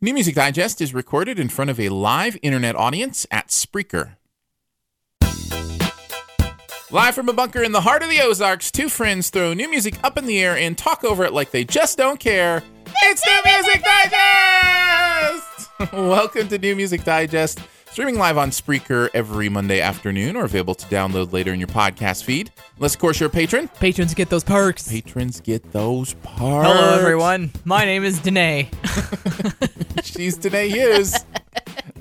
New Music Digest is recorded in front of a live internet audience at Spreaker. Live from a bunker in the heart of the Ozarks, two friends throw new music up in the air and talk over it like they just don't care. It's New Music Digest! Welcome to New Music Digest, streaming live on Spreaker every Monday afternoon or available to download later in your podcast feed. Unless, of course, you're a patron. Patrons get those perks. Patrons get those parts. Hello, everyone. My name is Danae. She's Danae Hughes.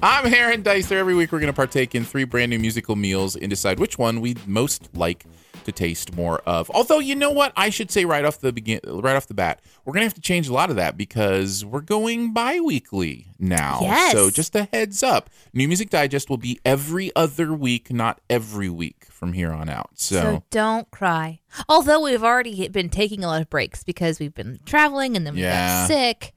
I'm Heron Dicer. Every week, we're going to partake in three brand new musical meals and decide which one we most like to taste more of. Although, you know what? I should say right off the begin, right off the bat, we're going to have to change a lot of that because we're going bi-weekly now. Yes. So, just a heads up: New Music Digest will be every other week, not every week from here on out. So. don't cry. Although we've already been taking a lot of breaks because we've been traveling and then we Yeah. got sick.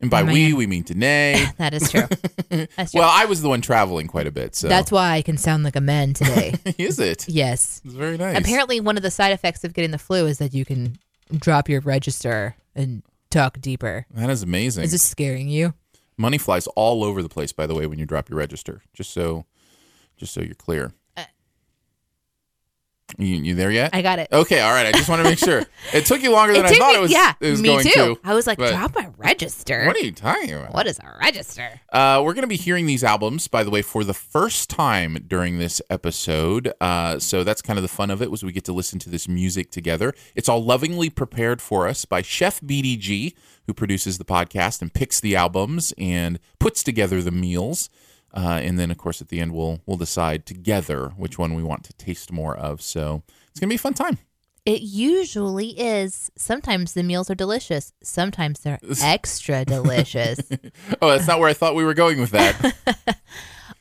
and by Oh, we, man. we mean Danae. That is true. That's true. well, I was the one traveling quite a bit, so That's why I can sound like a man today. is it. yes. It's very nice. Apparently, one of the side effects of getting the flu is that you can drop your register and talk deeper. that is amazing. Is this scaring you? Money flies all over the place, by the way, when you drop your register. Just so, just so you're clear. Uh. you, you there yet? I got it. okay, all right. I just want to make sure. It took you longer than I took thought me- it was. yeah, it was me going too. to. I was like, but- drop my register. What are you talking about? what is a register? Uh, we're going to be hearing these albums, by the way, for the first time during this episode. Uh, so that's kind of the fun of it was we get to listen to this music together. It's all lovingly prepared for us by Chef BDG, who produces the podcast and picks the albums and puts together the meals. Uh, and then, of course, at the end, we'll we'll decide together which one we want to taste more of. So it's gonna be a fun time. It usually is. Sometimes the meals are delicious. Sometimes they're extra delicious. Oh, that's not where I thought we were going with that.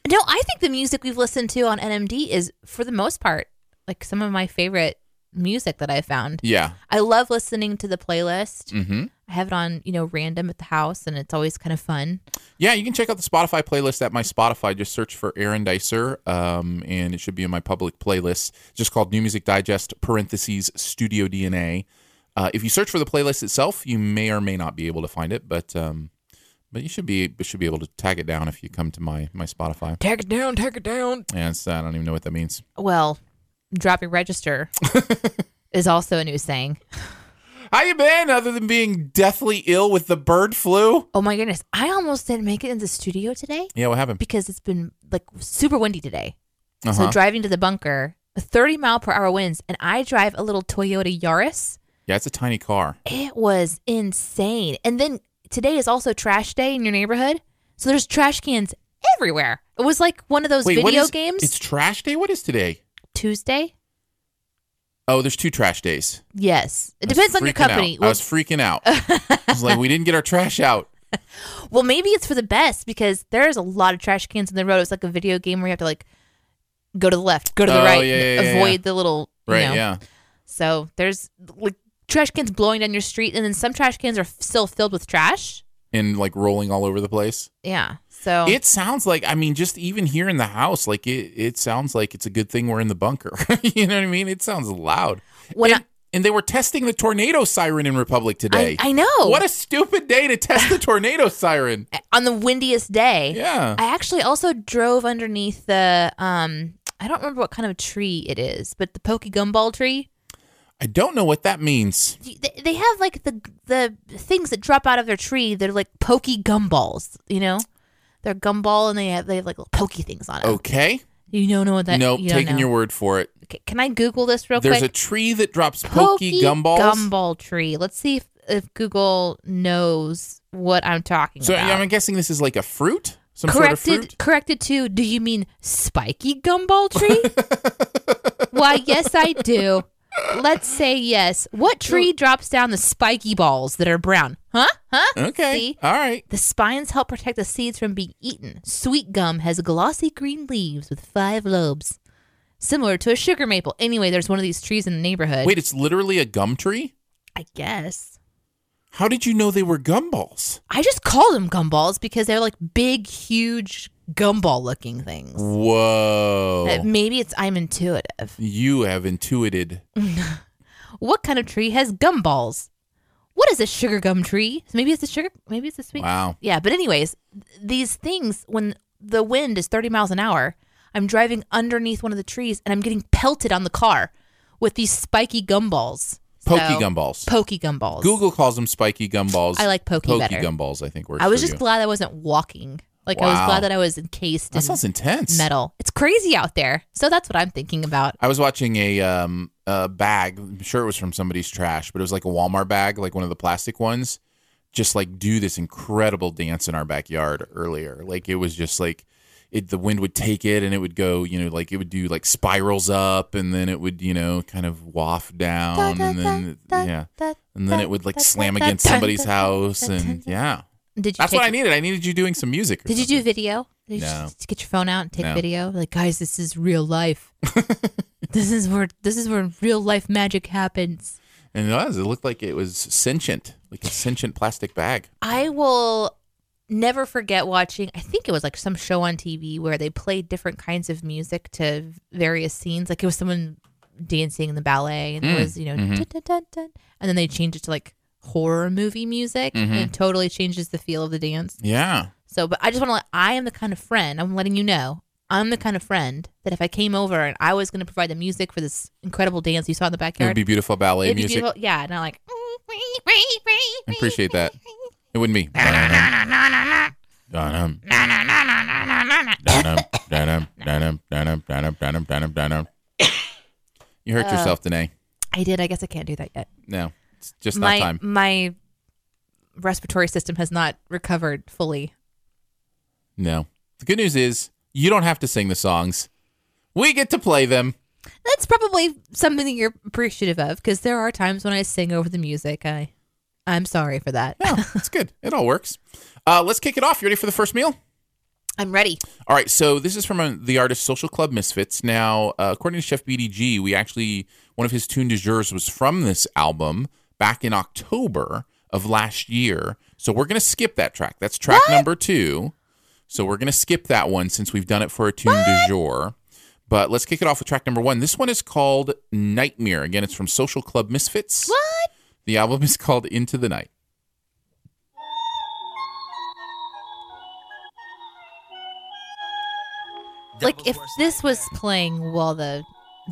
No, I think the music we've listened to on NMD is, for the most part, like some of my favorite music that I found. yeah. I love listening to the playlist. Mm-hmm. I have it on, you know, random at the house, and it's always kind of fun. Yeah, you can check out the Spotify playlist at my Spotify. Just search for Aaron Dicer, um, and it should be in my public playlist. It's just called New Music Digest parentheses Studio DNA. Uh, if you search for the playlist itself, you may or may not be able to find it, but um, but you should be you should be able to tag it down if you come to my my Spotify. Take it down, take it down. And it's- I don't even know what that means. Well, drop your register is also a new saying. How you been? Other than being deathly ill with the bird flu? Oh my goodness, I almost didn't make it in the studio today Yeah, what happened? because it's been like super windy today. Uh-huh. So driving to the bunker, 30 mile per hour winds, and I drive a little Toyota Yaris. Yeah, it's a tiny car. It was insane. And then today is also trash day in your neighborhood. So there's trash cans everywhere. It was like one of those Wait, what video is- games. It's trash day. What is today? Tuesday? Oh, there's two trash days. Yes. It I was depends on your freaking out. company. I Well, was freaking out. I was like, we didn't get our trash out. well, maybe it's for the best because there's a lot of trash cans in the road. It's like a video game where you have to like go to the left, go to the Oh, right, yeah, and yeah, yeah, avoid yeah. the little you Right? know. Yeah. So there's like trash cans blowing down your street and then some trash cans are f- still filled with trash. And like rolling all over the place. Yeah. So It sounds like I mean, just even here in the house, like it. It sounds like it's a good thing we're in the bunker. you know what I mean? It sounds loud. when and, and they were testing the tornado siren in Republic I, today. I, I know What a stupid day to test the tornado siren. on the windiest day. Yeah. I actually also drove underneath the um I don't remember what kind of tree it is, but the pokey gumball tree. I don't know what that means. You- They, they have like the the things that drop out of their tree. They're like pokey gumballs, you know. They're gumball and they have they have like little pokey things on it. Okay. You don't know what that. Oh. nope. you don't Taking know. your word for it. Okay, Can I Google this real There's a quick? tree that drops pokey, gumballs. gumball tree. Let's see if, if Google knows what I'm talking So about. I'm guessing this is like a fruit, some corrected sort of fruit. corrected to do you mean spiky gumball tree why yes i do let's say yes what tree drops down the spiky balls that are brown huh huh Okay. See? All right. the spines help protect the seeds from being eaten sweet gum has glossy green leaves with five lobes similar to a sugar maple anyway there's one of these trees in the neighborhood Wait, it's literally a gum tree? i guess How did you know they were gumballs? i just call them gumballs because they're like big huge gumball looking things Whoa. Uh, maybe it's i'm intuitive you have intuited. What kind of tree has gumballs? what is a sugar gum tree? So maybe it's a sugar, maybe it's a sweet. Wow. Yeah, but anyways, th- these things when the wind is 30 miles an hour, I'm driving underneath one of the trees and I'm getting pelted on the car with these spiky gumballs. Pokey So- gumballs. Pokey gumballs. Google calls them spiky gumballs. I like pokey pokey better. gumballs. I think works. I was for just you. glad I wasn't walking. Like I was Wow. glad that I was encased that in sounds intense. metal. It's crazy out there. So that's what I'm thinking about. I was watching a um a bag. I'm sure it was from somebody's trash, but it was like a Walmart bag, like one of the plastic ones. Just like do this incredible dance in our backyard earlier. Like it was just like it the wind would take it and it would go, you know, like it would do like spirals up and then it would, you know, kind of waft down Um, and then yeah. And then it would like slam against somebody's house and yeah. Did you That's take what I needed. I needed you doing some music. or Did you do video? Did No. you just get your phone out and take No. video? Like, guys, this is real life. this is where this is where real life magic happens. And it was. It looked like it was sentient, like a sentient plastic bag. I will never forget watching I think it was like some show on TV where they played different kinds of music to various scenes. Like it was someone dancing in the ballet and Mm, it was, you know, mm-hmm. dun, dun, dun, dun. and then they changed it to like horror movie music Mm-hmm. and it totally changes the feel of the dance. Yeah. So, but I just want to let I am the kind of friend, I'm letting you know, I'm the kind of friend that if I came over and I was going to provide the music for this incredible dance you saw in the It would backyard, be beautiful ballet it'd be music. beautiful. Yeah. And I'm like, "Mm, I appreciate that. It wouldn't be. Dun-dum, dun-dum, dun-dum, dun-dum, dun-dum, dun-dum, dun-dum, dun-dum, dun-dum. You hurt yourself today. I did. I guess I can't do that yet. No, it's just my, not time. my respiratory system has not recovered fully. No. The good news is you don't have to sing the songs. We get to play them. That's probably something that you're appreciative of because there are times when I sing over the music. I, I'm sorry for that. No, it's good. It all works. Uh, let's kick it off. You ready for the first meal? I'm ready. All right, so this is from uh the artist Social Club Misfits. Now, uh, according to Chef BDG, we actually one of his tune de jours was from this album back in October of last year. So we're gonna skip that track. That's track number two. So we're gonna skip that one since we've done it for a tune du jour. But let's kick it off with track number one. This one is called Nightmare. Again, it's from Social Club Misfits. What? The album is called Into the Night. like if this was playing while the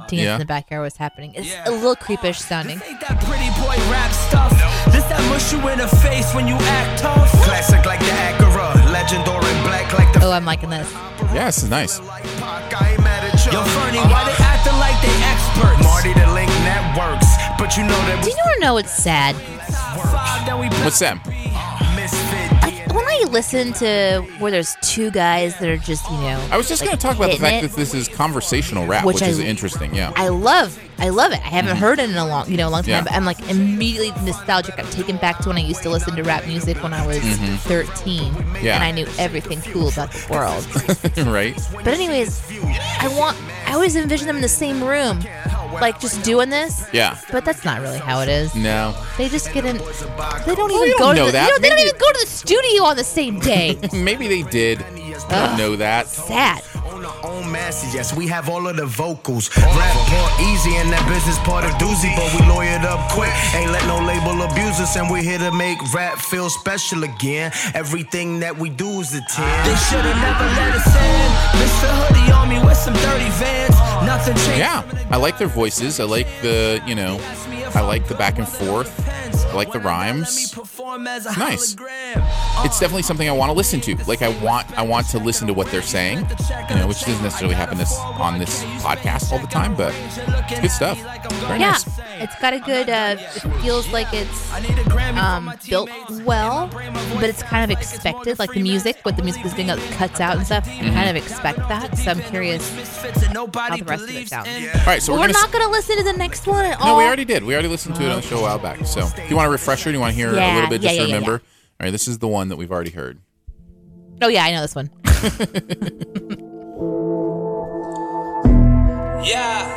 dance Yeah. in the backyard was happening, it's Yeah. a little creepish sounding. This ain't that pretty boy rap stuff. This that mush you in the face when you act tough. Classic like the Acura, legend or in black like the. Oh, I'm liking this. Yeah, this is nice. Yo, Fernie, why they acting like they experts? Marty the Link Networks, but you know that Do we you know know it's sad? Five, then we What's that? misfit I, when I listen to where there's two guys that are just you know, I was just like, going to talk about the hitting fact it, that this is conversational rap, which, Which I- is interesting. Yeah. I love, I love it. I haven't heard it in a long, you know, a long time. Yeah. But I'm like immediately nostalgic. I'm taken back to when I used to listen to rap music when I was 13, Mm-hmm. Yeah. and I knew everything cool about the world. right? But anyways, I want. I always envision them in the same room, like just doing this. Yeah. But that's not really how it is. No. They just get in. They don't Well, even you don't go to know the, that. You know, they don't Maybe- even go to the studio on the same day. Maybe they did Ugh. know that. Sad. on our own master. Yes, we have all of the vocals. Rap part easy and that business part a doozy, but we lawyered up quick. Ain't let no label abuse us, and we're here to make rap feel special again. Everything that we do is a 10. They should have never let us in. Mr. Hoodie on me with some dirty vans. Nothing changed. Yeah. I like their voices. I like the, you know, I like the back and forth. I like the rhymes. Nice. It's definitely something I want to listen to. Like I want I want to listen to what they're saying, you know, which doesn't necessarily happen this, on this podcast all the time, but it's good stuff. Very Yeah, nice. it's got a good. Uh, it feels like it's um, built well, but it's kind of expected. Like the music, what the music is doing, like, cuts out and stuff. Mm-hmm. I kind of expect that. So I'm curious how the rest of it sounds. All right, so we're, But we're gonna s- not gonna listen to the next one at all. No, we already did. We already listened to it on the show a while back. So, do you want a refresher? Do you want to hear a Yeah, little bit yeah, just to yeah, yeah, remember? All right, this is the one that we've already heard. Oh yeah, I know this one. Yeah.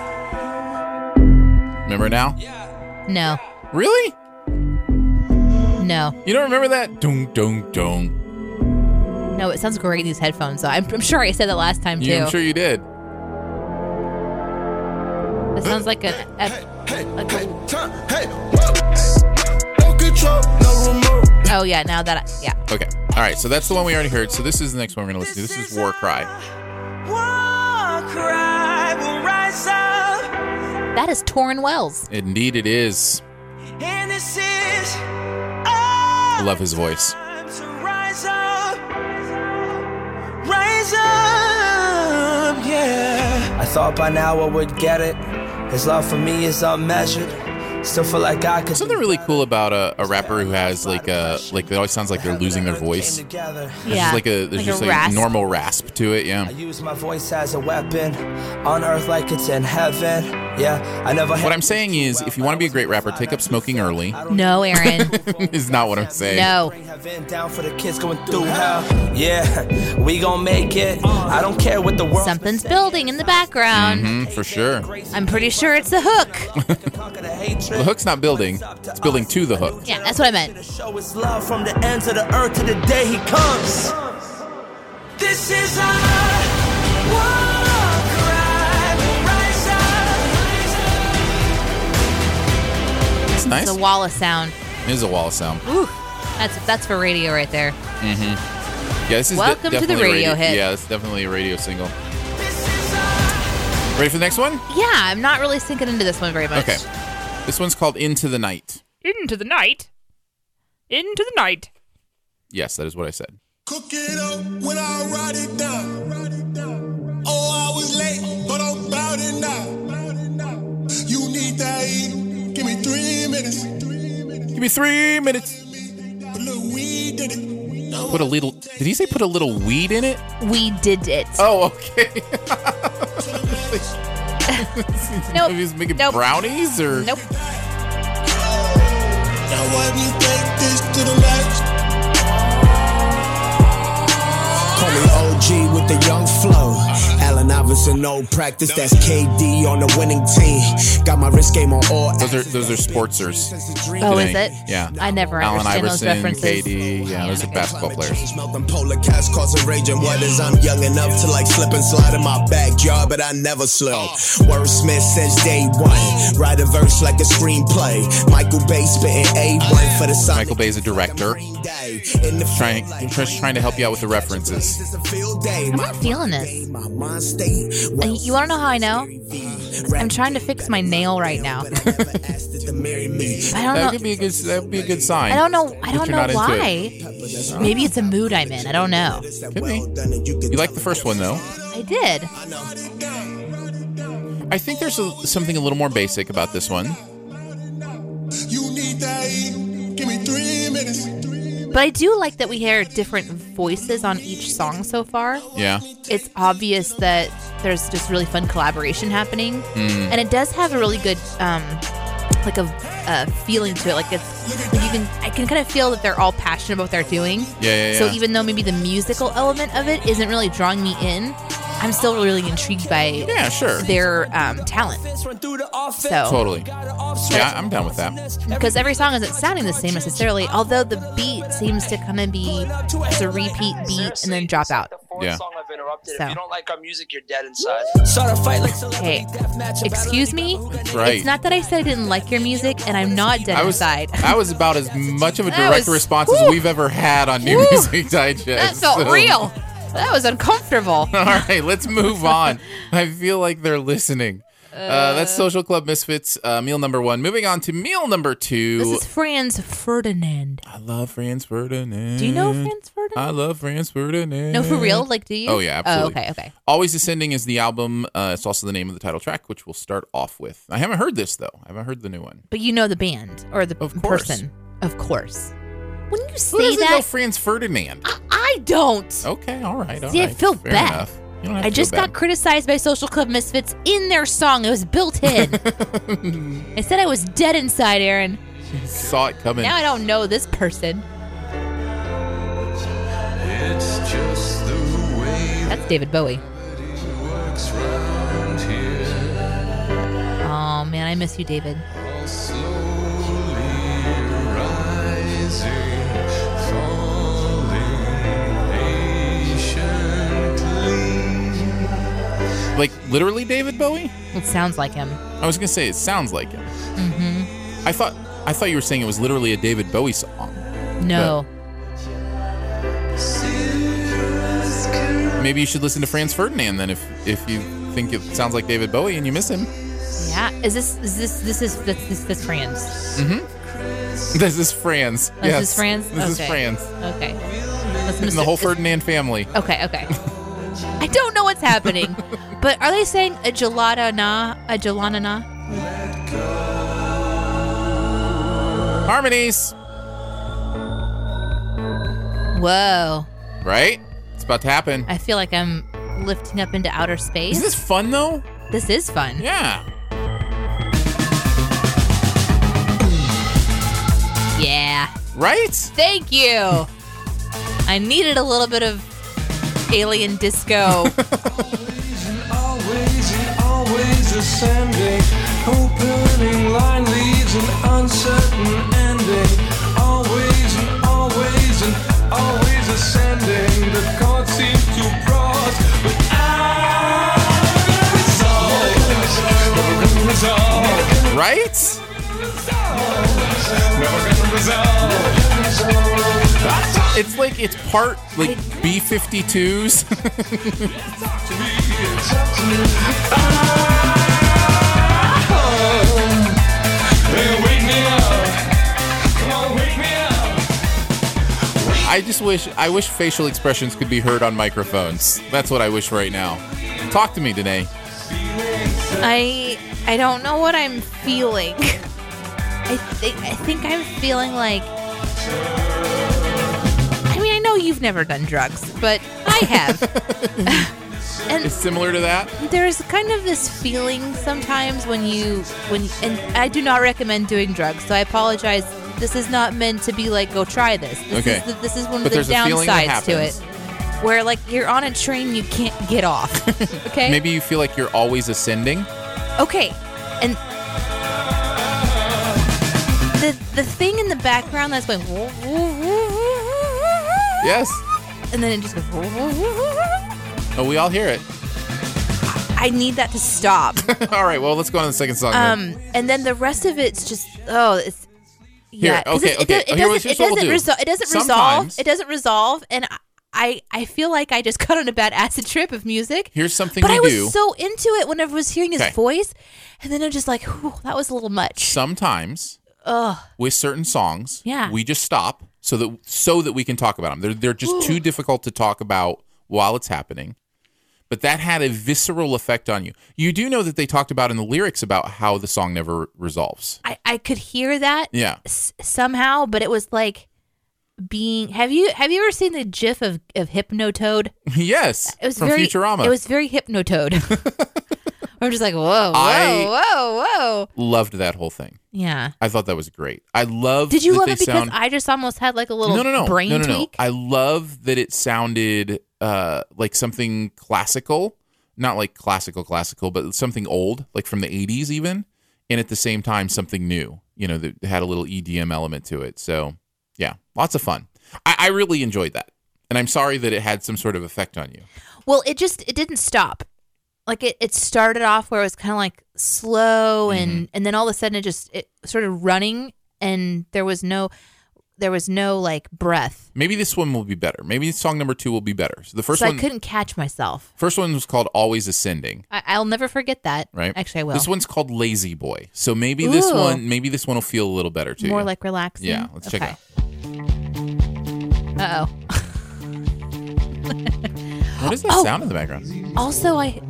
Remember now? No, Really? no. You don't remember that? Dung, dung, dung. No, it sounds great in these headphones. Though I'm, I'm sure I said that last time too. Yeah, I'm sure you did. It sounds like a, a- like a Hey, turn, hey, whoa. Don't get control, no remote. Oh yeah, now that I, yeah. Okay. All right. So that's the one we already heard. So this is the next one we're going to listen to. This is War Cry. War cry will rise up, That is Torrin Wells. Indeed, it is. and this is I love his voice. time to rise up, rise up, yeah. I thought by now I would get it. His love for me is unmeasured. Still feel like I could. Something really cool about a, a rapper who has like a like it always sounds like they're losing their voice. Yeah. There's just like a there's just like rasp. normal rasp to it. Yeah. I use my voice as a weapon on earth like it's in heaven. Yeah, I never. What I'm saying is, if you want to be a great rapper, take up smoking early. No, Aaron. is not what I'm saying. no. Heaven down for the kids going through hell. Yeah, we gon' make it. I don't care what the world. Something's building in the background. Mm, for sure. I'm pretty sure it's the hook. The hook's not building. It's building to the hook. Yeah, that's what I meant. To show his love from the ends of the earth to the day he comes. This is our war cry. We'll rise up. It's nice. The wall of sound. It is a wall of sound. Ooh, that's that's for radio right there. Yeah, this is de- Welcome to the definitely a radio hit. Yeah, it's definitely a radio single. This is our Ready for the next one? Yeah, I'm not really sinking into this one very much. Okay. This one's called Into the Night. Into the night. Into the night. Yes, that is what I said. Cook it up when I write it down. Oh, I was late, but I'm about it now. You need that heat. Give me three minutes. Give me three minutes. Put a little weed in it. Now Put a little. Did he say put a little weed in it? We did it. Oh, okay. nope. He's making nope. brownies or Nope. let me take this to the max. Call me OG with the young flow. Allen Iverson, no practice. That's KD on the winning team. Got my wrist game on all. those are those are sportsers. Oh, I is it? think. Yeah. I never Allen understand Iverson, those references. KD. Yeah, those are basketball players. Melting polar cats causing rage and waters. I'm young enough to like slip and slide in my backyard, but I never slip. Wordsmith since day one. Write a verse like a screenplay. Michael Bay spitting A1 for the Sonic. Michael Bay's a director. Green Day. In the Trying, field I'm like just trying to help you out with the references. It's a field day. I'm not feeling this. My mind state. Uh, You want to know how I know? I'm trying to fix my nail right now. Asked it to marry me. I don't That know. could be a good. That would be a good sign. Uh-huh. I don't know. I don't you're know not into why. Maybe it's a mood I'm in. I don't know. Could be. You like the first one though. I did. I think there's a, something a little more basic about this one. You need that heat. Give me three minutes. But I do like that we hear different voices on each song so far. Yeah. It's obvious that there's just really fun collaboration happening, Hmm. and it does have a really good um, like a, a feeling to it. Like it's like you can I can kind of feel that they're all passionate about what they're doing. Yeah, yeah, So yeah. even though maybe the musical element of it isn't really drawing me in, I'm still really intrigued by Yeah, sure. their um, talent. offense run through the offense. So Totally. Got an offside. Yeah, I'm down with that. because every song isn't sounding the same necessarily, although the beat seems to come and be it's a repeat beat and then drop out. Yeah. So. like our music, you're dead inside. Start a fight like celebrity Hey, deathmatch. Excuse me? Right. It's not that I said I didn't like your music and I'm not dead I was inside. I was about as much of a That direct was- response as whew. we've ever had on New Whew. Music Digest. that felt so- real. That was uncomfortable. All right, let's move on. I feel like they're listening. Uh, that's Social Club Misfits, uh, meal number one. Moving on to meal number This two. is Franz Ferdinand. I love Franz Ferdinand. Do you know Franz Ferdinand? I love Franz Ferdinand. no, for real? Like, do you? Mm, Oh, yeah, absolutely. Oh, okay, okay. Always Ascending is the album. Uh, it's also the name of the title track, which we'll start off with. I haven't heard this, though. I haven't heard the new one. But you know the band or the Of course. person. Of course. When you Who say doesn't know that, Franz Ferdinand? I don't. Okay, all right. all See, I right. feel Fair bad. enough. You don't have I to Oh, feel just bad. got criticized by Social Club Misfits in their song. It was built in. I said I was dead inside, Aaron. saw it coming. Now I don't know this person. It's just the way That's David Bowie. works round here. Oh man, I miss you, David. Slowly rising, falling patiently. Like literally David Bowie? It sounds like him. Mm-hmm. I was gonna say it sounds like him. I thought I thought you were saying it was literally a David Bowie song. No. Maybe you should listen to Franz Ferdinand then if if you think it sounds like David Bowie and you miss him. Yeah. Is this is this this is this this, this Franz? This is Franz. This yes. is Franz. This is Okay. Franz. Okay. Let's And miss the it. whole Ferdinand family. Okay. Okay. I don't know what's happening, but are they saying a gelada na a gelana na? Harmonies. Whoa! Right? It's about to happen. I feel like I'm lifting up into outer space. Isn't this fun though? This is fun. Yeah. Yeah. Right? Thank you. I needed a little bit of alien disco. Always and always ascending. Opening line leaves an uncertain ending. Always and always and always ascending. The chord seems too broad, but I never gonna resolve. Right? Never gonna resolve. It's like it's part like B 52s. It's up to me. Ah, Hey, wake me up. Come on, wake me up. I just wish I wish facial expressions could be heard on microphones. That's what I wish right now. Talk to me today. I I don't know what I'm feeling. I think I think I'm feeling like I mean, I know you've never done drugs, but I have. It's similar to that. There's kind of this feeling sometimes when you when and I do not recommend doing drugs, so I apologize. This is not meant to be like go try this. This Okay. is the, this is one But of there's the a feeling that downsides to it. happens. Where like you're on a train you can't get off. Okay? Maybe you feel like you're always ascending. Okay, and the the thing in the background that's going, yeah, Yes. and then it just goes. Oh, we all hear it. I need that to stop. all right. Well, let's go on to the second song. then. Um, and then the rest of it's just oh, it's yeah. Here, 'cause okay, it, okay. It, do- it Here, doesn't. here's It what we'll doesn't, do. resol- it doesn't Sometimes- resolve. It doesn't resolve, and I I feel like I just got on a bad acid trip of music. Here's something but we I was do. so into it whenever I was hearing his Okay. voice, and then I'm just like, whew, that was a little much. Sometimes Ugh. with certain songs, Yeah. we just stop so that so that we can talk about them. They're they're just too difficult to talk about while it's happening. But that had a visceral effect on you. You do know that they talked about in the lyrics about how the song never resolves. I, I could hear that Yeah. s- somehow, but it was like being. Have you have you ever seen the GIF of of Hypnotoad? yes. It was from very Futurama. It was very Hypnotoad. I'm just like whoa, whoa, I- whoa, whoa. loved that whole thing. Yeah. I thought that was great. I love Did you that love they it because sound I just almost had like a little no, no, no. brain no, no, no. tweak? I love that it sounded uh, like something classical, not like classical classical, but something old, like from the '80s even, and at the same time something new. You know, that had a little EDM element to it. So, yeah, lots of fun. I, I really enjoyed that, and I'm sorry that it had some sort of effect on you. Well, it just it didn't stop. Like it, it started off where it was kind of like slow and Mm-hmm. and then all of a sudden it just it started running and there was no there was no like breath. Maybe this one will be better. Maybe song number two will be better. So the first so one, I couldn't catch myself. first one was called "Always Ascending." I, I'll never forget that. Right. Actually, I will. This one's called Lazy Boy. So maybe this Ooh. one, maybe this one will feel a little better to More you. like relaxing. Yeah, let's check it out. Uh oh. What is that Oh. sound in the background? Also, I,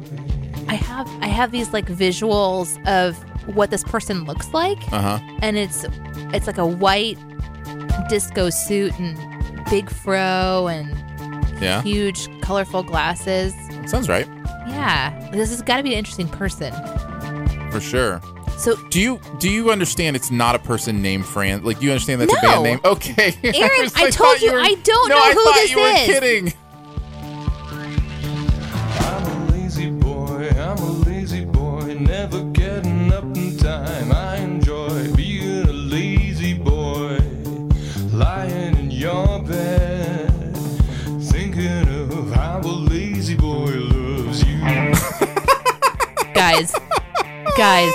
I have I have these like visuals of what this person looks like, Uh huh. and it's it's like a white disco suit and big fro and Yeah. huge colorful glasses. Sounds right. Yeah, this has got to be an interesting person. For sure. So Do you do you understand it's not a person named Fran? Like you understand that's a No. band name? Okay. Aaron, was I like, told thought you, I don't no, know I who thought this you were is. kidding. I'm a lazy boy, I'm a lazy boy, never getting up in time. I enjoy being a lazy boy, lying in your bed, thinking of how a lazy boy loves you. guys, guys,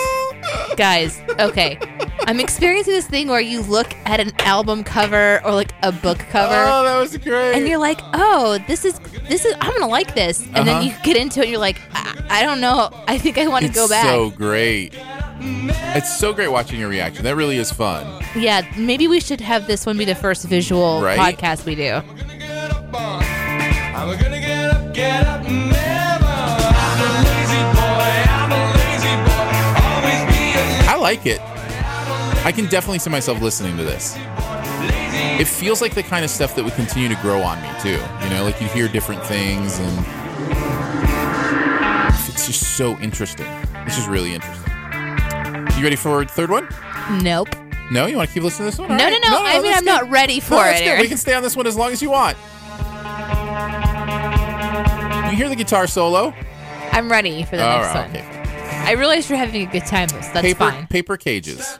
guys. Okay, I'm experiencing this thing where you look at an album cover or like a book cover. Oh, that was great. and you're like, oh, this is this is I'm gonna like this, and Uh-huh. then you get into it, and you're like, I, I don't know, I think I want to it's go back. so great. It's so great watching your reaction. That really is fun. yeah, maybe we should have this one be the first visual Right? podcast we do. gonna get up on. I'm gonna get up, get up never. I'm a lazy boy, I'm a lazy boy. Always be a I like it. I can definitely see myself listening to this. It feels like the kind of stuff that would continue to grow on me too. You know, like you hear different things and it's just so interesting. This is really interesting. You ready for a third one? Nope. No, you want to keep listening to this one? All No, right. no, no, I mean, that's I'm not ready for that's it, good. Aaron. We can stay on this one as long as you want. You hear the guitar solo? I'm ready for the All next right, one. okay. I realize you're having a good time, so that's paper fine. paper cages.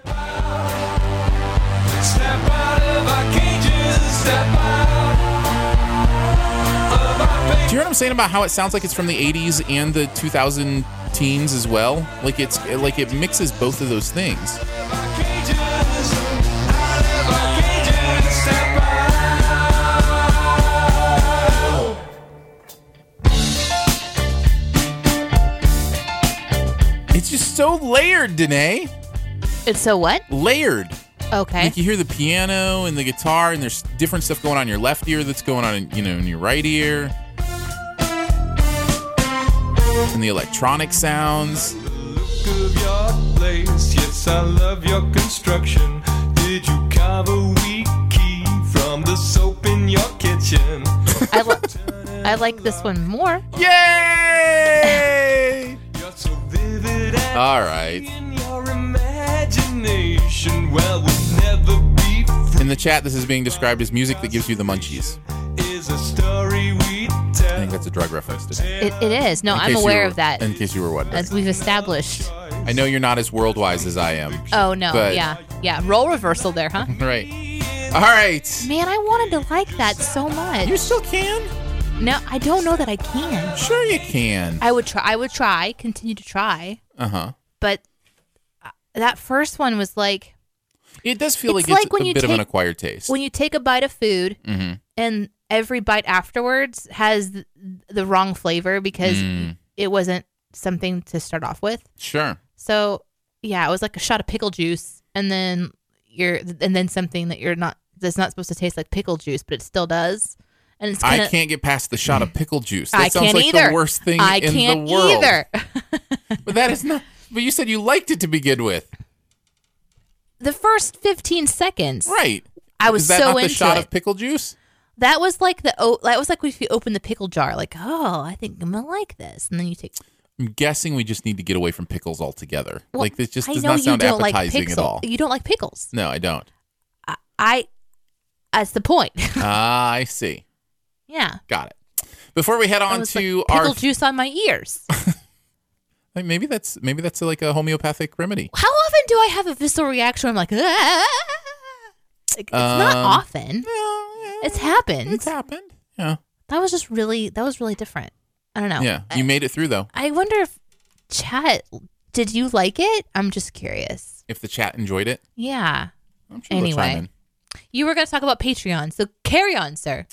Step out of our cages, step out. Do you hear what I'm saying about how it sounds like it's from the 80s and the 2000 teens as well? Like it's like it mixes both of those things. cages, out of our cages, step out. It's just so layered, Danae. It's so what? Layered. Okay. Like you hear the piano and the guitar, and there's different stuff going on in your left ear that's going on, in, you know, in your right ear, and the electronic sounds. Look of your place, yes, I love your construction. Did you carve a weak key from the soap in your kitchen? I, lo- I like this one more. Yay! You're so vivid and All right. in your imagination. Well, we'll never be free In the chat, this is being described as music that gives you the munchies. is a story we I tell. think that's a drug reference today. It, it is. No, In I'm case you aware were- of that, In case you were wondering. as we've established. I know you're not as world wise as I am. Oh no, But- yeah, yeah. Role reversal there, huh? Right. All right. Man, I wanted to like that so You much. still can? No, I don't know that I can. Sure, you can. I would try. I would try. Continue to try. Uh huh. But uh, that first one was like It does feel It's like it's like when a you bit of an take- acquired taste. when you take a bite of food Mm-hmm. and every bite afterwards has th- the wrong flavor because Mm. it wasn't something to start off with. sure. So yeah, it was like a shot of pickle juice and then you're and then something that you're not that's not supposed to taste like pickle juice, but it still does. And it's kind I of can't get past the shot of pickle juice. That I sounds can't like either. the worst thing I in can't the world. either. But that is not. But you said you liked it to begin with, the first 15 seconds. right? I was is that so not the into shot it. of pickle juice? That was like the oh, that was like if you open the pickle jar, like oh, I think I'm gonna like this, and then you take. I'm guessing we just need to get away from pickles altogether. Well, like this just I does know not you sound don't like appetizing at pixel- all. You don't like pickles. No, I don't. I. That's the point. Ah, I see. yeah. Got it. Before we head I on was to like, pickle our juice on my ears. Like, Maybe that's maybe that's like a homeopathic remedy. How often do I have a visceral reaction? Where I'm like, ah? Like, it's not Um, often. It's It's happened. it's happened. Yeah, that was just really that was really different. I don't know. yeah. I, You made it through though. I wonder if chat. Did you like it? I'm just curious. If the chat enjoyed it, Yeah. I'm sure they'll chime Anyway. in. You were going to talk about Patreon, so carry on, sir.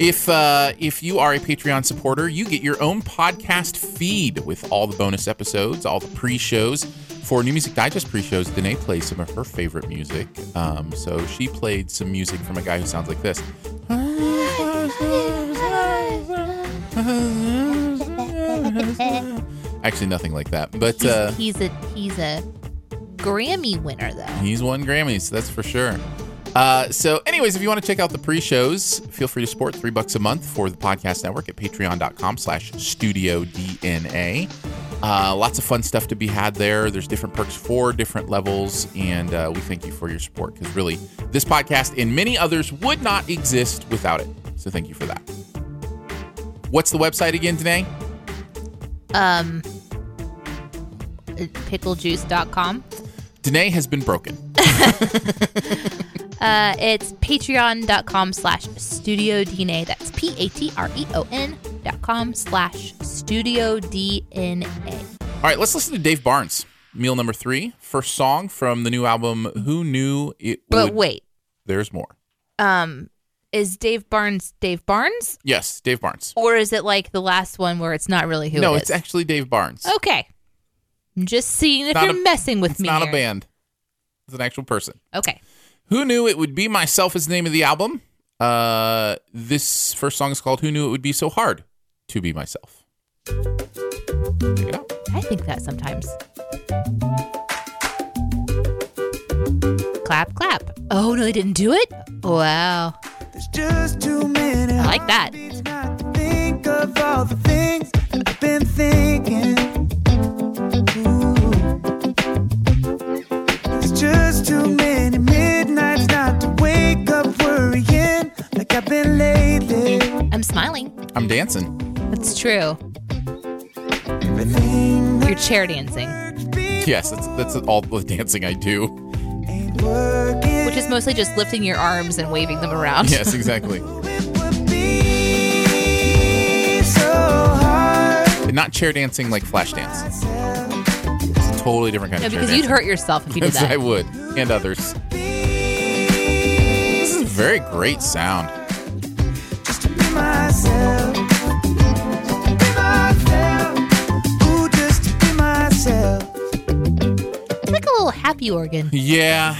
If uh, if you are a Patreon supporter, you get your own podcast feed with all the bonus episodes, all the pre-shows. For New Music Digest pre-shows, Danae plays some of her favorite music. Um, so she played some music from a guy who sounds like this. Actually, nothing like that. But He's, uh, he's a he's a Grammy winner though. He's won Grammys, that's for sure. Uh, so, anyways, if you want to check out the pre-shows, feel free to support three bucks a month for the podcast network at patreon.com slash studio DNA. Uh, lots of fun stuff to be had there. There's different perks for different levels, and uh, we thank you for your support because really, this podcast and many others would not exist without it. So, thank you for that. What's the website again today? Um picklejuice.com. Danae has been broken. Uh it's patreon.com slash studio DNA. That's E P-A-T-R-E-O-N dot com slash studio DNA. All right, let's listen to Dave Barnes. meal number three, first song from the new album. Who knew it? But would- wait, there's more. um, is Dave Barnes Dave Barnes, Yes, Dave Barnes. or is it like the last one where it's not really who no, it Oh, it's is? actually Dave Barnes. okay. I'm just seeing if Not you're a- messing with it's me. not a here. band. It's an actual person. Okay. Who knew it would be myself? Is the name of the album. Uh, this first song is called "Who Knew It Would Be So Hard to Be Myself." Check it out. I think that sometimes. Clap, clap. Oh no, they didn't do it. Wow, There's just too many I like that. reasons not to think of all the things I've been thinking. Ooh. There's just too many midnights not to wake up worrying like I've been lately. I'm smiling. I'm dancing. That's true. Everything You're chair dancing, Yes, that's that's all the dancing I do. ain't working. which is mostly just lifting your arms and waving them around. Yes, exactly. would be so hard. But not chair dancing like flash dance. It's a totally different kind No, of chair because you'd dancing. hurt yourself if you did Yes, I that. would, and others. This is a very great sound. just to be myself. To be myself. Ooh, just to be myself. It's like a little happy organ. Yeah,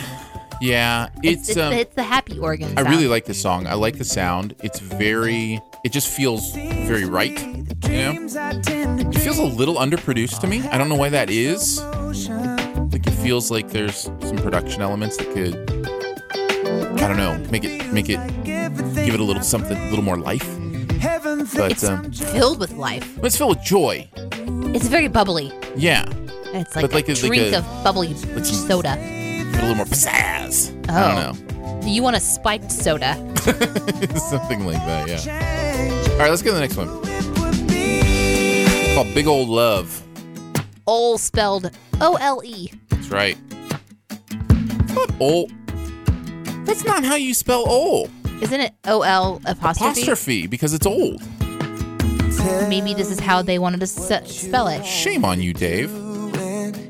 yeah. It's, It's, um, the, it's the happy organ. I sound. really like this song. I like the sound. It's very. It just feels very right. You know, Dreams I tend to it feels a little underproduced to me. I don't know why that is. I think it feels like there's some production elements that could. I don't know. Make it make it give it a little something, a little more life. heaven But um, filled with life. let's feel with joy. It's very bubbly. Yeah. It's like But like a a- like drink a- of bubbly soda. Put a little more pizzazz. I don't You want a spiked soda? know. Something like that, yeah. All right, let's go to the next one. It's called Big Old Love. Ole spelled O L E. That's right. It's not ol. That's not how you spell ol. Isn't it O L apostrophe? Apostrophe, because it's old. Maybe this is how they wanted to s- spell it. Shame on you, Dave.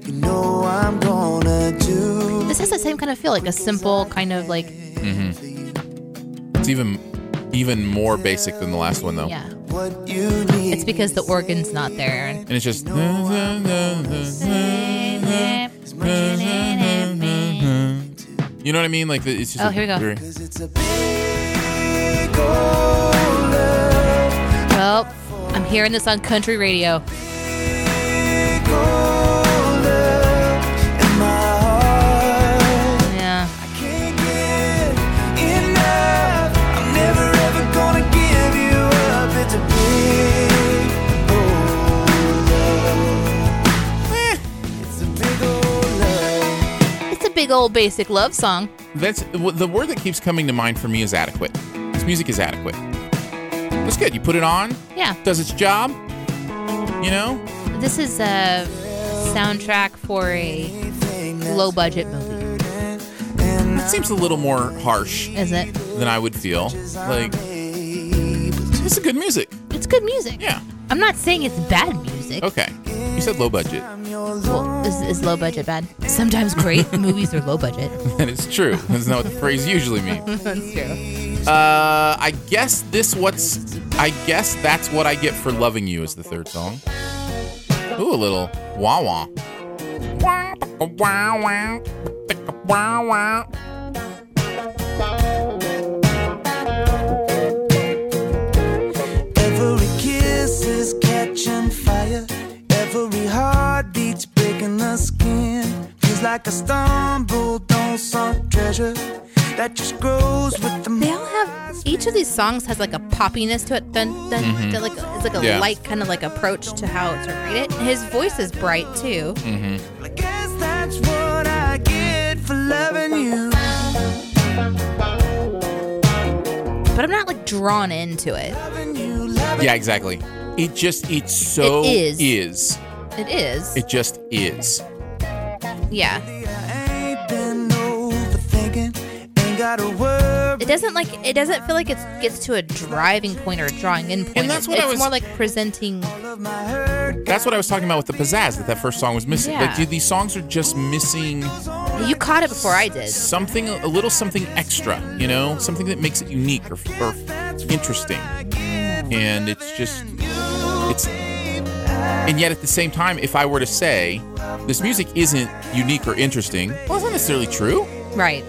you know I'm gonna do. This has the same kind of feel, like a simple kind of like It's even even more basic than the last one, though. yeah. What you need. It's because the organ's not there. And it's just. You know what I mean? Like it's just. Oh, here we go. very- It's a big old Well, love. I'm hearing this on country radio. Big old love in my heart. Yeah. I can't get enough. I'm never ever gonna give you up. It's a big old love. It's a big old love. Eh. It's a big old basic love song. That's w- the word that keeps coming to mind for me is adequate. This music is adequate. It's good. You put it on, Yeah. does its job. You know, This is a soundtrack for a low budget movie, it seems a little more harsh is it? than I would feel. Like, it's a good music. It's good music. Yeah. I'm not saying it's bad music. Okay. You said low budget. Well, is, is low budget bad? Sometimes great movies are low budget. That is true. That's not what the phrase usually means. That's true. Uh, I guess this what's. I guess that's what I get for loving you is the third song. Ooh, a little wah wah. Wah wah wah wah wah. Every kiss is catching fire. Every heartbeat's breaking the skin. Feels like I stumbled on some treasure that just grows with the They all have each of these songs has like a poppiness to it. Dun, dun, dun, like it's like a Mm-hmm. Yeah. light kind of like approach to how to rate it. His voice is bright too. Mm. I guess that's what I get for loving you. But I'm not like drawn into it. Loving you, loving Yeah, exactly. It just it so It is. is. It is. It just is. yeah. you. I ain't been overthinking. Ain't gotta worry it doesn't like it doesn't feel like it gets to a driving point or a drawing in point. And that's what it's I was- more like presenting. That's what I was talking about with the pizzazz that that first song was missing. Yeah. Like, dude, these songs are just missing You caught it before I did. something, a little something extra, you know, something that makes it unique or, or interesting. And it's just, it's, and yet at the same time, if I were to say this music isn't unique or interesting, well, it's not necessarily true. Right.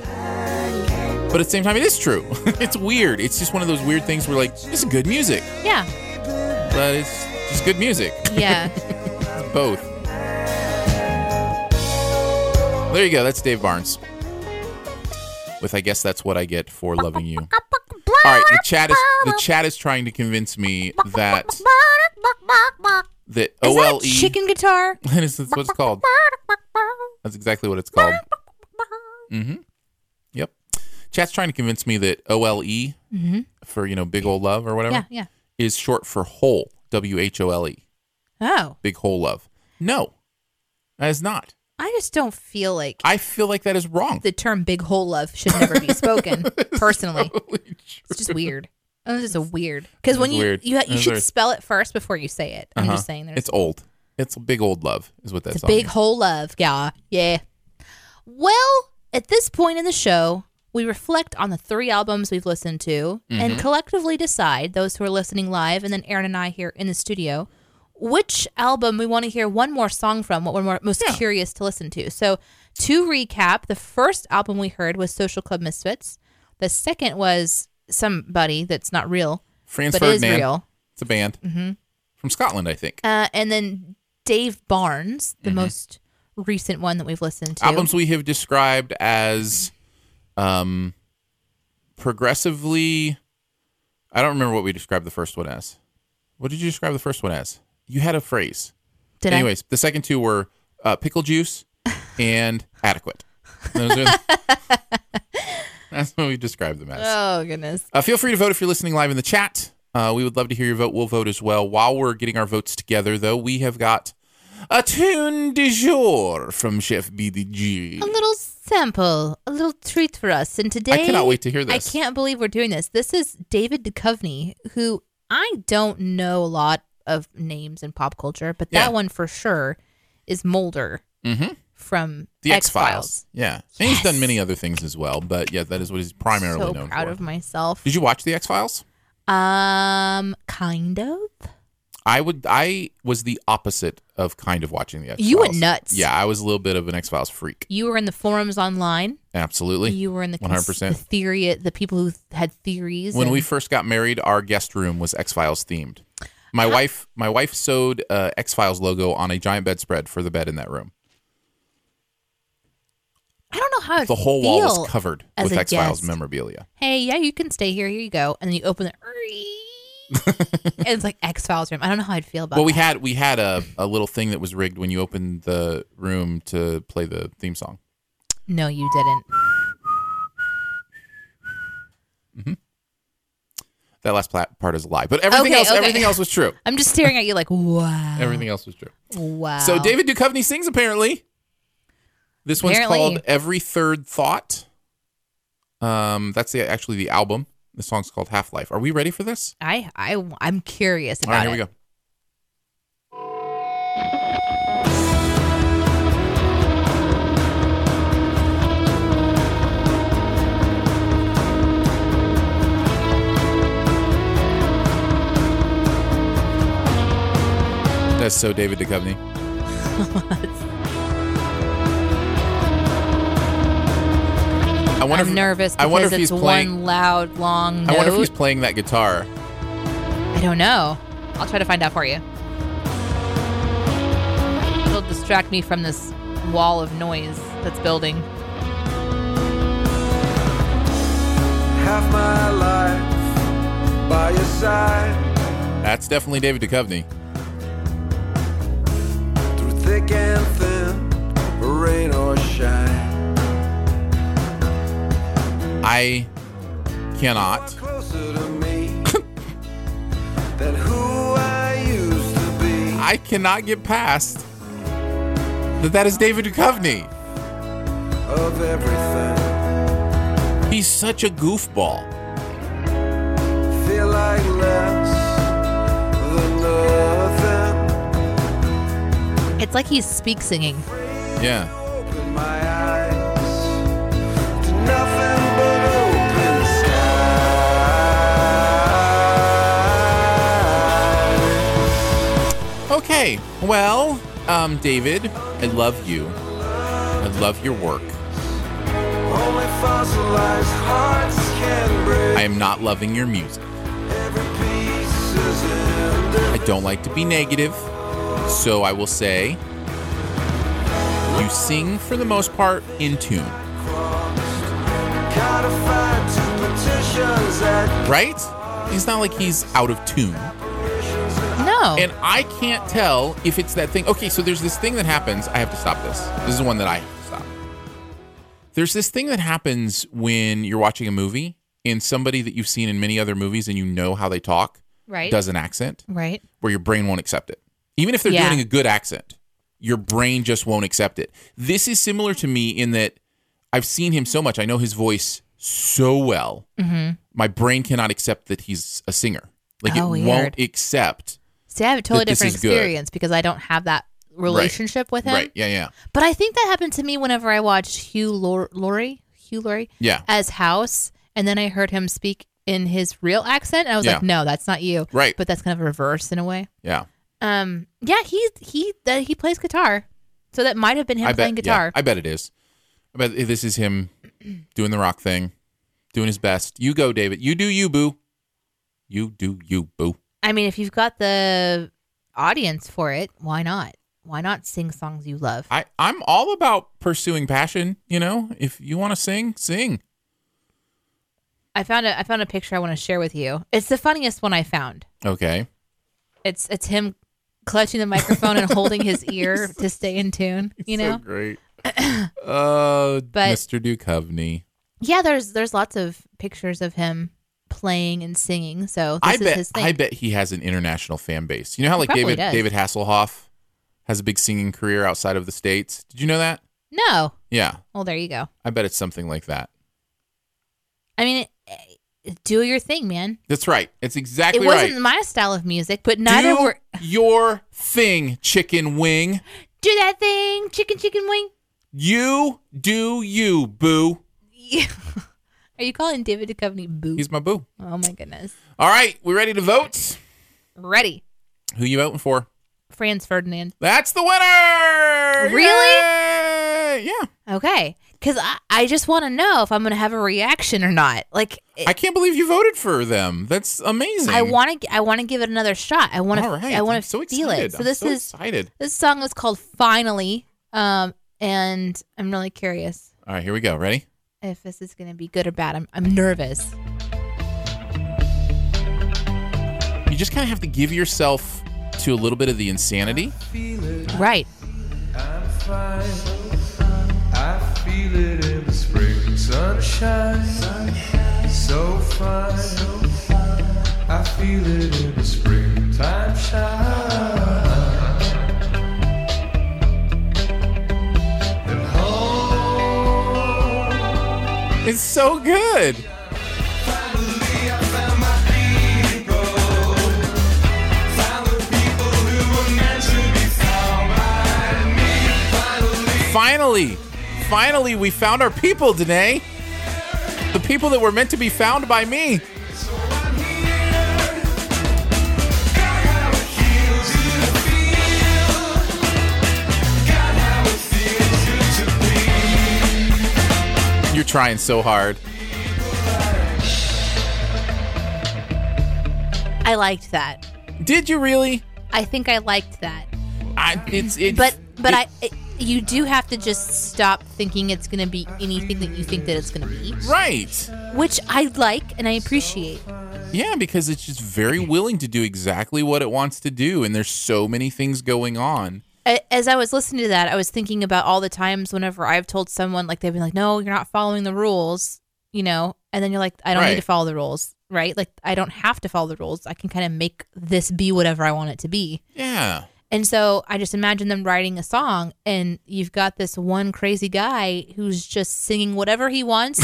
But at the same time, it is true. it's weird. It's just one of those weird things where, like, this is good music, Yeah. but it's just good music. Yeah. both. There you go. That's Dave Barnes. With I guess that's what I get for loving you. All right, the chat is the chat is trying to convince me that that Is that OLE a chicken guitar? that E is that's what it's called. That's exactly what it's called. Mhm. Yep. Chat's trying to convince me that OLE for, you know, big old love or whatever Mm-hmm. Yeah. Yeah. is short for whole, W H O L E, Oh, big whole love. No. That is not. I just don't feel like I feel like that is wrong. the term "big hole love" should never be spoken. personally, it's just weird. Oh, this is a weird because when It's you weird. you ha- you It's should weird. spell it first before you say it. I'm Uh-huh. just saying. There's It's old. It's a big old love, is what that's It's a big whole love, yeah. Yeah. Well, at this point in the show, we reflect on the three albums we've listened to and collectively decide, those who are listening live and then Aaron and I here in the studio, which album we want to hear one more song from, what we're more, most curious to listen to. So, to recap, the first album we heard was Social Club Misfits. The second was Somebody That's Not Real, Franz but is Ferdinand. real. Mm-hmm. It's a band from Scotland, I think. Uh, and then Dave Barnes, the most recent one that we've listened to. Albums we have described as um, progressively. I don't remember what we described the first one as. What did you describe the first one as? You had a phrase. Did I? Anyways, the second two were uh, pickle juice and adequate. Those are the- that's what we described them as. Oh goodness. Uh, feel free to vote if you're listening live in the chat. Uh, we would love to hear your vote. We'll vote as well. While we're getting our votes together, though, we have got a tune du jour from Chef BDG. A little sample, a little treat for us. And today I cannot wait to hear I this. can't believe we're doing this. This is David Duchovny, who I don't know a lot of names in pop culture, but that Yeah. one for sure is Mulder Mhm. from The X Files. Yeah. And he's done many other things as well, but yeah, that is what he's primarily So known proud for. of myself. Did you watch The X Files? Um, kind of. I would. I was the opposite of kind of watching The X Files. You went nuts. Yeah, I was a little bit of an X Files freak. You were in the forums online. Absolutely. You were in the, cons- 100%. the theory, the people who had theories. when and- we first got married, our guest room was X Files themed. My wife, my wife sewed uh, X Files logo on a giant bedspread for the bed in that room. I don't know how it The whole wall feel was covered as with a X Files guest. memorabilia. hey, yeah, you can stay here. Here you go. And then you open the, and it's like X Files room. I don't know how I'd feel about. Well, we that. had we had a, a little thing that was rigged when you opened the room to play the theme song. no, you didn't. That last pla- part is a lie, but everything Okay, else okay. everything else was true. I'm just staring at you like, wow, Everything else was true. wow. So David Duchovny sings apparently. This one's Apparently. called Every Third Thought. Um, that's the, actually the album. The song's called Half Life. Are we ready for this? I, I, I'm curious All right, about here we it. go. That's so David Duchovny. I wonder I'm if, nervous. I Because wonder if it's he's playing. one loud long note. I wonder if he's playing that guitar. I don't know. I'll try to find out for you. It'll distract me from this wall of noise that's building. Half my life by your side That's definitely David Duchovny. through thick and thin, rain or shine. I cannot. Closer to me than who I used to be. I cannot get past that that is David Duchovny. of everything He's such a goofball. feel like less than nothing. It's like he's speak singing. Yeah. Open my eyes to nothing but open skies. Okay. Well, um, David, I love you. I love your work. Only fossilized hearts can break. I am not loving your music. Every piece is I ended. don't like to be negative, so I will say you sing for the most part in tune, Codified to petitions that right? It's not like he's out of tune. No. And I can't tell if it's that thing. Okay, so there's this thing that happens. I have to stop this. This is the one that I have to stop. There's this thing that happens when you're watching a movie and somebody that you've seen in many other movies and you know how they talk right. does an accent Right. where your brain won't accept it. Even if they're Yeah. doing a good accent, your brain just won't accept it. This is similar to me in that I've seen him so much. I know his voice so well. My brain cannot accept that he's a singer. Like it Mm-hmm. Oh, won't weird. accept. See, I have a totally this different is good. experience because I don't have that relationship with him. Right. Yeah. Yeah. But I think that happened to me whenever I watched Hugh Lor- Laurie, Hugh Laurie Yeah. as House, and then I heard him speak in his real accent, and I was Yeah. like, "No, that's not you." Right. But that's kind of reverse in a way. Yeah. Um. Yeah. He he that he plays guitar, so that might have been him I playing bet. guitar. Yeah, I bet it is. I bet this is him doing the rock thing, doing his best. You go, David. You do you, boo. You do you, boo. I mean, if you've got the audience for it, why not? Why not sing songs you love? I, I'm all about pursuing passion. You know, if you want to sing, sing. I found a I found a picture I want to share with you. It's the funniest one I found. Okay. It's it's him clutching the microphone and holding his ear to stay in tune. You know, great. Oh, But- Mr. Duchovny. yeah. There's there's lots of pictures of him playing and singing. So this I is bet. his thing. I bet he has an international fan base. You know how like probably David does. David Hasselhoff has a big singing career outside of the states. Did you know that? No. Yeah, Well, there you go. I bet it's something like that. I mean, eh, do your thing, man. That's right. It's exactly it wasn't right. my style of music, but neither Do were your thing, chicken wing. do that thing, chicken chicken wing. You do you, boo. Yeah. Are you calling David Duchovny boo? He's my boo. oh my goodness. All right, we ready to vote? Ready, Who you voting for? Franz Ferdinand. That's the winner. Really? Yeah. Okay, because I I just want to know if I'm gonna have a reaction or not. Like. it- I can't believe you voted for them. That's amazing. I want to. I want to give it another shot. I want All to. right. I I'm want to so feel excited. it. So I'm this so is excited. this song is called "Finally," um, and I'm really curious All right, here we go. Ready? if this is going to be good or bad. I'm I'm nervous. You just kind of have to give yourself to a little bit of the insanity. Right. I'm fine. I feel it in the spring sunshine. So fine. I feel it in the springtime shine. And home. It's so good. Finally, finally, we found our people, Danae. The people that were meant to be found by me. You're trying so hard. I liked that. Did you really? I think I liked that. I, it's, it's, But but it- I. It, you do have to just stop thinking it's going to be anything that you think that it's going to be, Right. which I like and I appreciate. Yeah, because it's just very willing to do exactly what it wants to do, and there's so many things going on. A- as I was listening to that, I was thinking about all the times whenever I've told someone like they've been like, "No, you're not following the rules," you know, and then you're like, "I don't Right. need to follow the rules." Right? Like I don't have to follow the rules. I can kind of make this be whatever I want it to be. Yeah. And so I just imagine them writing a song, and you've got this one crazy guy who's just singing whatever he wants,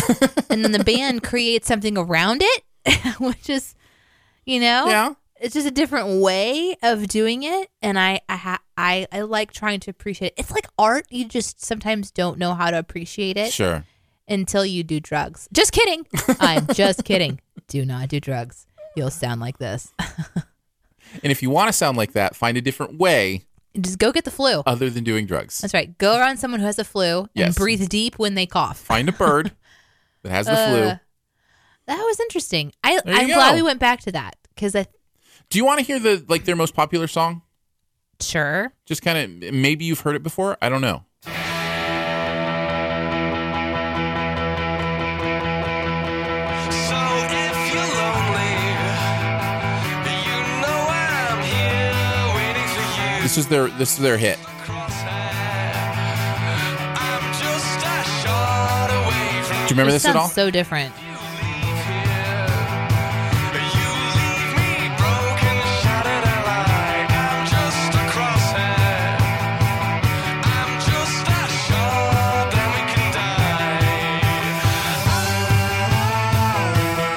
and then the band creates something around it, which is, you know, Yeah. it's just a different way of doing it. And I, I, ha- I, I like trying to appreciate it. It's like art; you just sometimes don't know how to appreciate it Sure. until you do drugs. Just kidding. I'm just kidding. Do not do drugs. You'll sound like this. And if you want to sound like that, find a different way Just go get the flu. other than doing drugs. That's right. Go around someone who has a flu and Uh, Yes. breathe deep when they cough. Find a bird that has the flu. That was interesting. I, There you I'm go. glad we went back to that because I Do you want to hear the like their most popular song? sure. Just kind of maybe you've heard it before. I don't know. So if you're lonely, you know I'm here waiting for you. This is their this is their hit. I'm just a shot away from Do you remember This this at all? sounds so different. you. Leave me broken, shattered alike. I'm just a crosshair. I'm just a shot and we can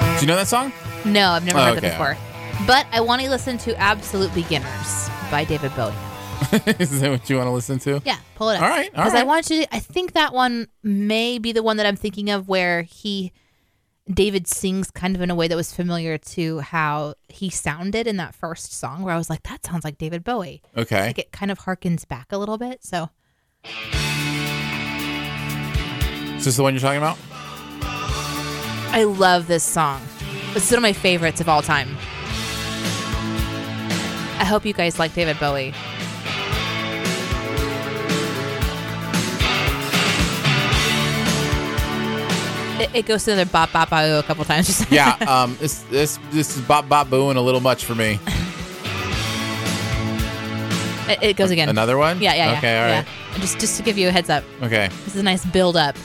die. Do you know that song? No, I've never Oh, heard okay. that before. But I want to listen to Absolute Beginners by David Bowie. is that what you want to listen to? Yeah, pull it up. All right, all Because I right. want you to. I think that one may be the one that I'm thinking of where he, David sings kind of in a way that was familiar to how he sounded in that first song, where I was like, that sounds like David Bowie. Okay. Like it kind of harkens back a little bit. So Is this the one you're talking about? I love this song. It's one of my favorites of all time. I hope you guys like David Bowie. It, it goes to the bop bop bop a couple times. Just Yeah. Um. This this this is bop bop booing a little much for me. it, it goes again. Another one? Yeah, yeah, yeah. Okay. All right. yeah. And Just just to give you a heads up, Okay. this is a nice build up.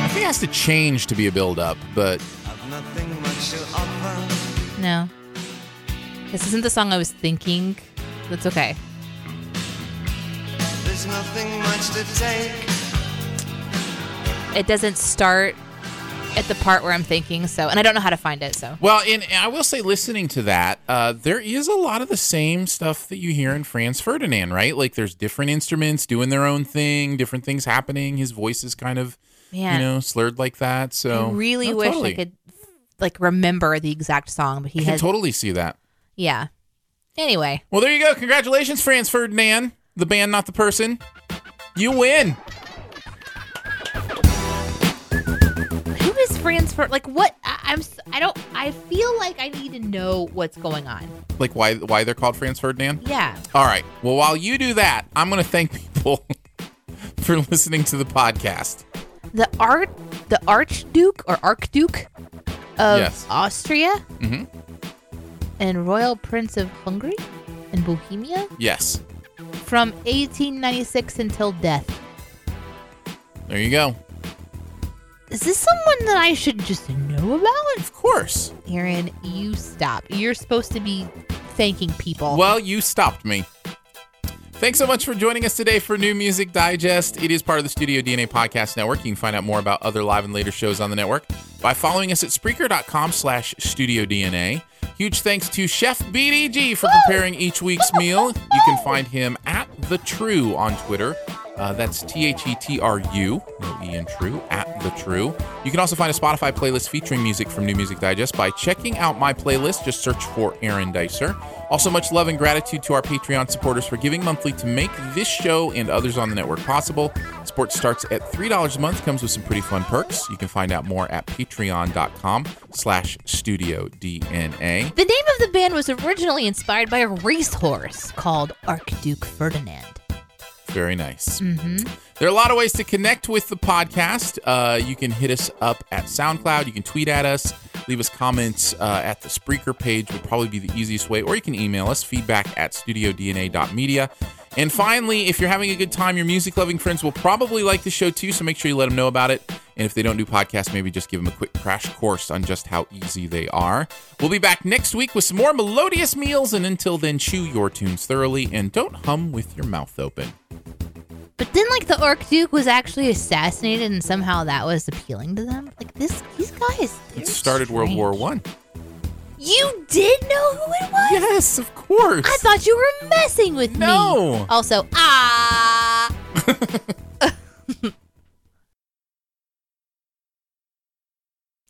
I think it has to change to be a build up, but I've nothing much to offer. No, this isn't the song I was thinking. That's okay. There's nothing much to take. it doesn't start at the part where I'm thinking. So, and I don't know how to find it. So, Well, and, and I will say, listening to that, uh, there is a lot of the same stuff that you hear in Franz Ferdinand, right? Like there's different instruments doing their own thing, different things happening. His voice is kind of, Man. you know, slurred like that. So I really No, wish totally. I could like remember the exact song, but I he can has, totally see that. yeah. Anyway, Well, there you go. Congratulations, Franz Ferdinand, the band, not the person. You win. who is Franz for? Like, what? I, I'm, s- I don't, I feel like I need to know what's going on. Like why why they're called Franz Ferdinand? Yeah. All right. Well, while you do that, I'm going to thank people for listening to the podcast. The art, the Archduke or Archduke of Yes. Austria Mhm. and Royal Prince of Hungary and Bohemia Yes. from 1896 until death. There you go. Is this someone that I should just know about? Of course. Aaron, you stop. You're supposed to be thanking people. Well, you stopped me. Thanks so much for joining us today for New Music Digest. It is part of the Studio DNA Podcast Network. You can find out more about other live and later shows on the network by following us at Spreaker.com slash Studio DNA. Huge thanks to Chef BDG for preparing each week's meal. You can find him at The True on Twitter. Uh, that's T H E T R U, no E in True, at The True. You can also find a Spotify playlist featuring music from New Music Digest by checking out my playlist. Just search for Aaron Dicer. Also, much love and gratitude to our Patreon supporters for giving monthly to make this show and others on the network possible. Support starts at $3 a month, comes with some pretty fun perks. You can find out more at patreon.com slash studio DNA. the name of the band was originally inspired by a racehorse called Archduke Ferdinand. Very nice. There are a lot of ways to connect with the podcast. Uh, you can hit us up at SoundCloud. You can tweet at us. Leave us comments uh, at the Spreaker page would probably be the easiest way. Or you can email us feedback at studiodna.media. And finally, if you're having a good time, your music loving friends will probably like the show too. So make sure you let them know about it. And if they don't do podcasts, maybe just give them a quick crash course on just how easy they are. We'll be back next week with some more melodious meals. And until then, chew your tunes thoroughly and don't hum with your mouth open. But then, like, the Orc Duke was actually assassinated, and somehow that was appealing to them. Like, this, these guys. they're It started World strange. War One. You did know who it was? Yes, of course. I thought you were messing with me. No. Also, ah.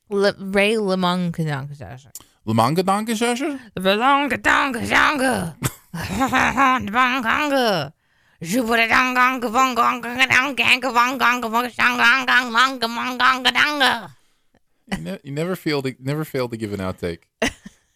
Le- Ray Lemong. Lamanga Danga Jaja? Belonga donga donga. Bonganga. Jubra donga bonga donga bonga bonga donga. You, ne- you never fail to never fail to give an outtake.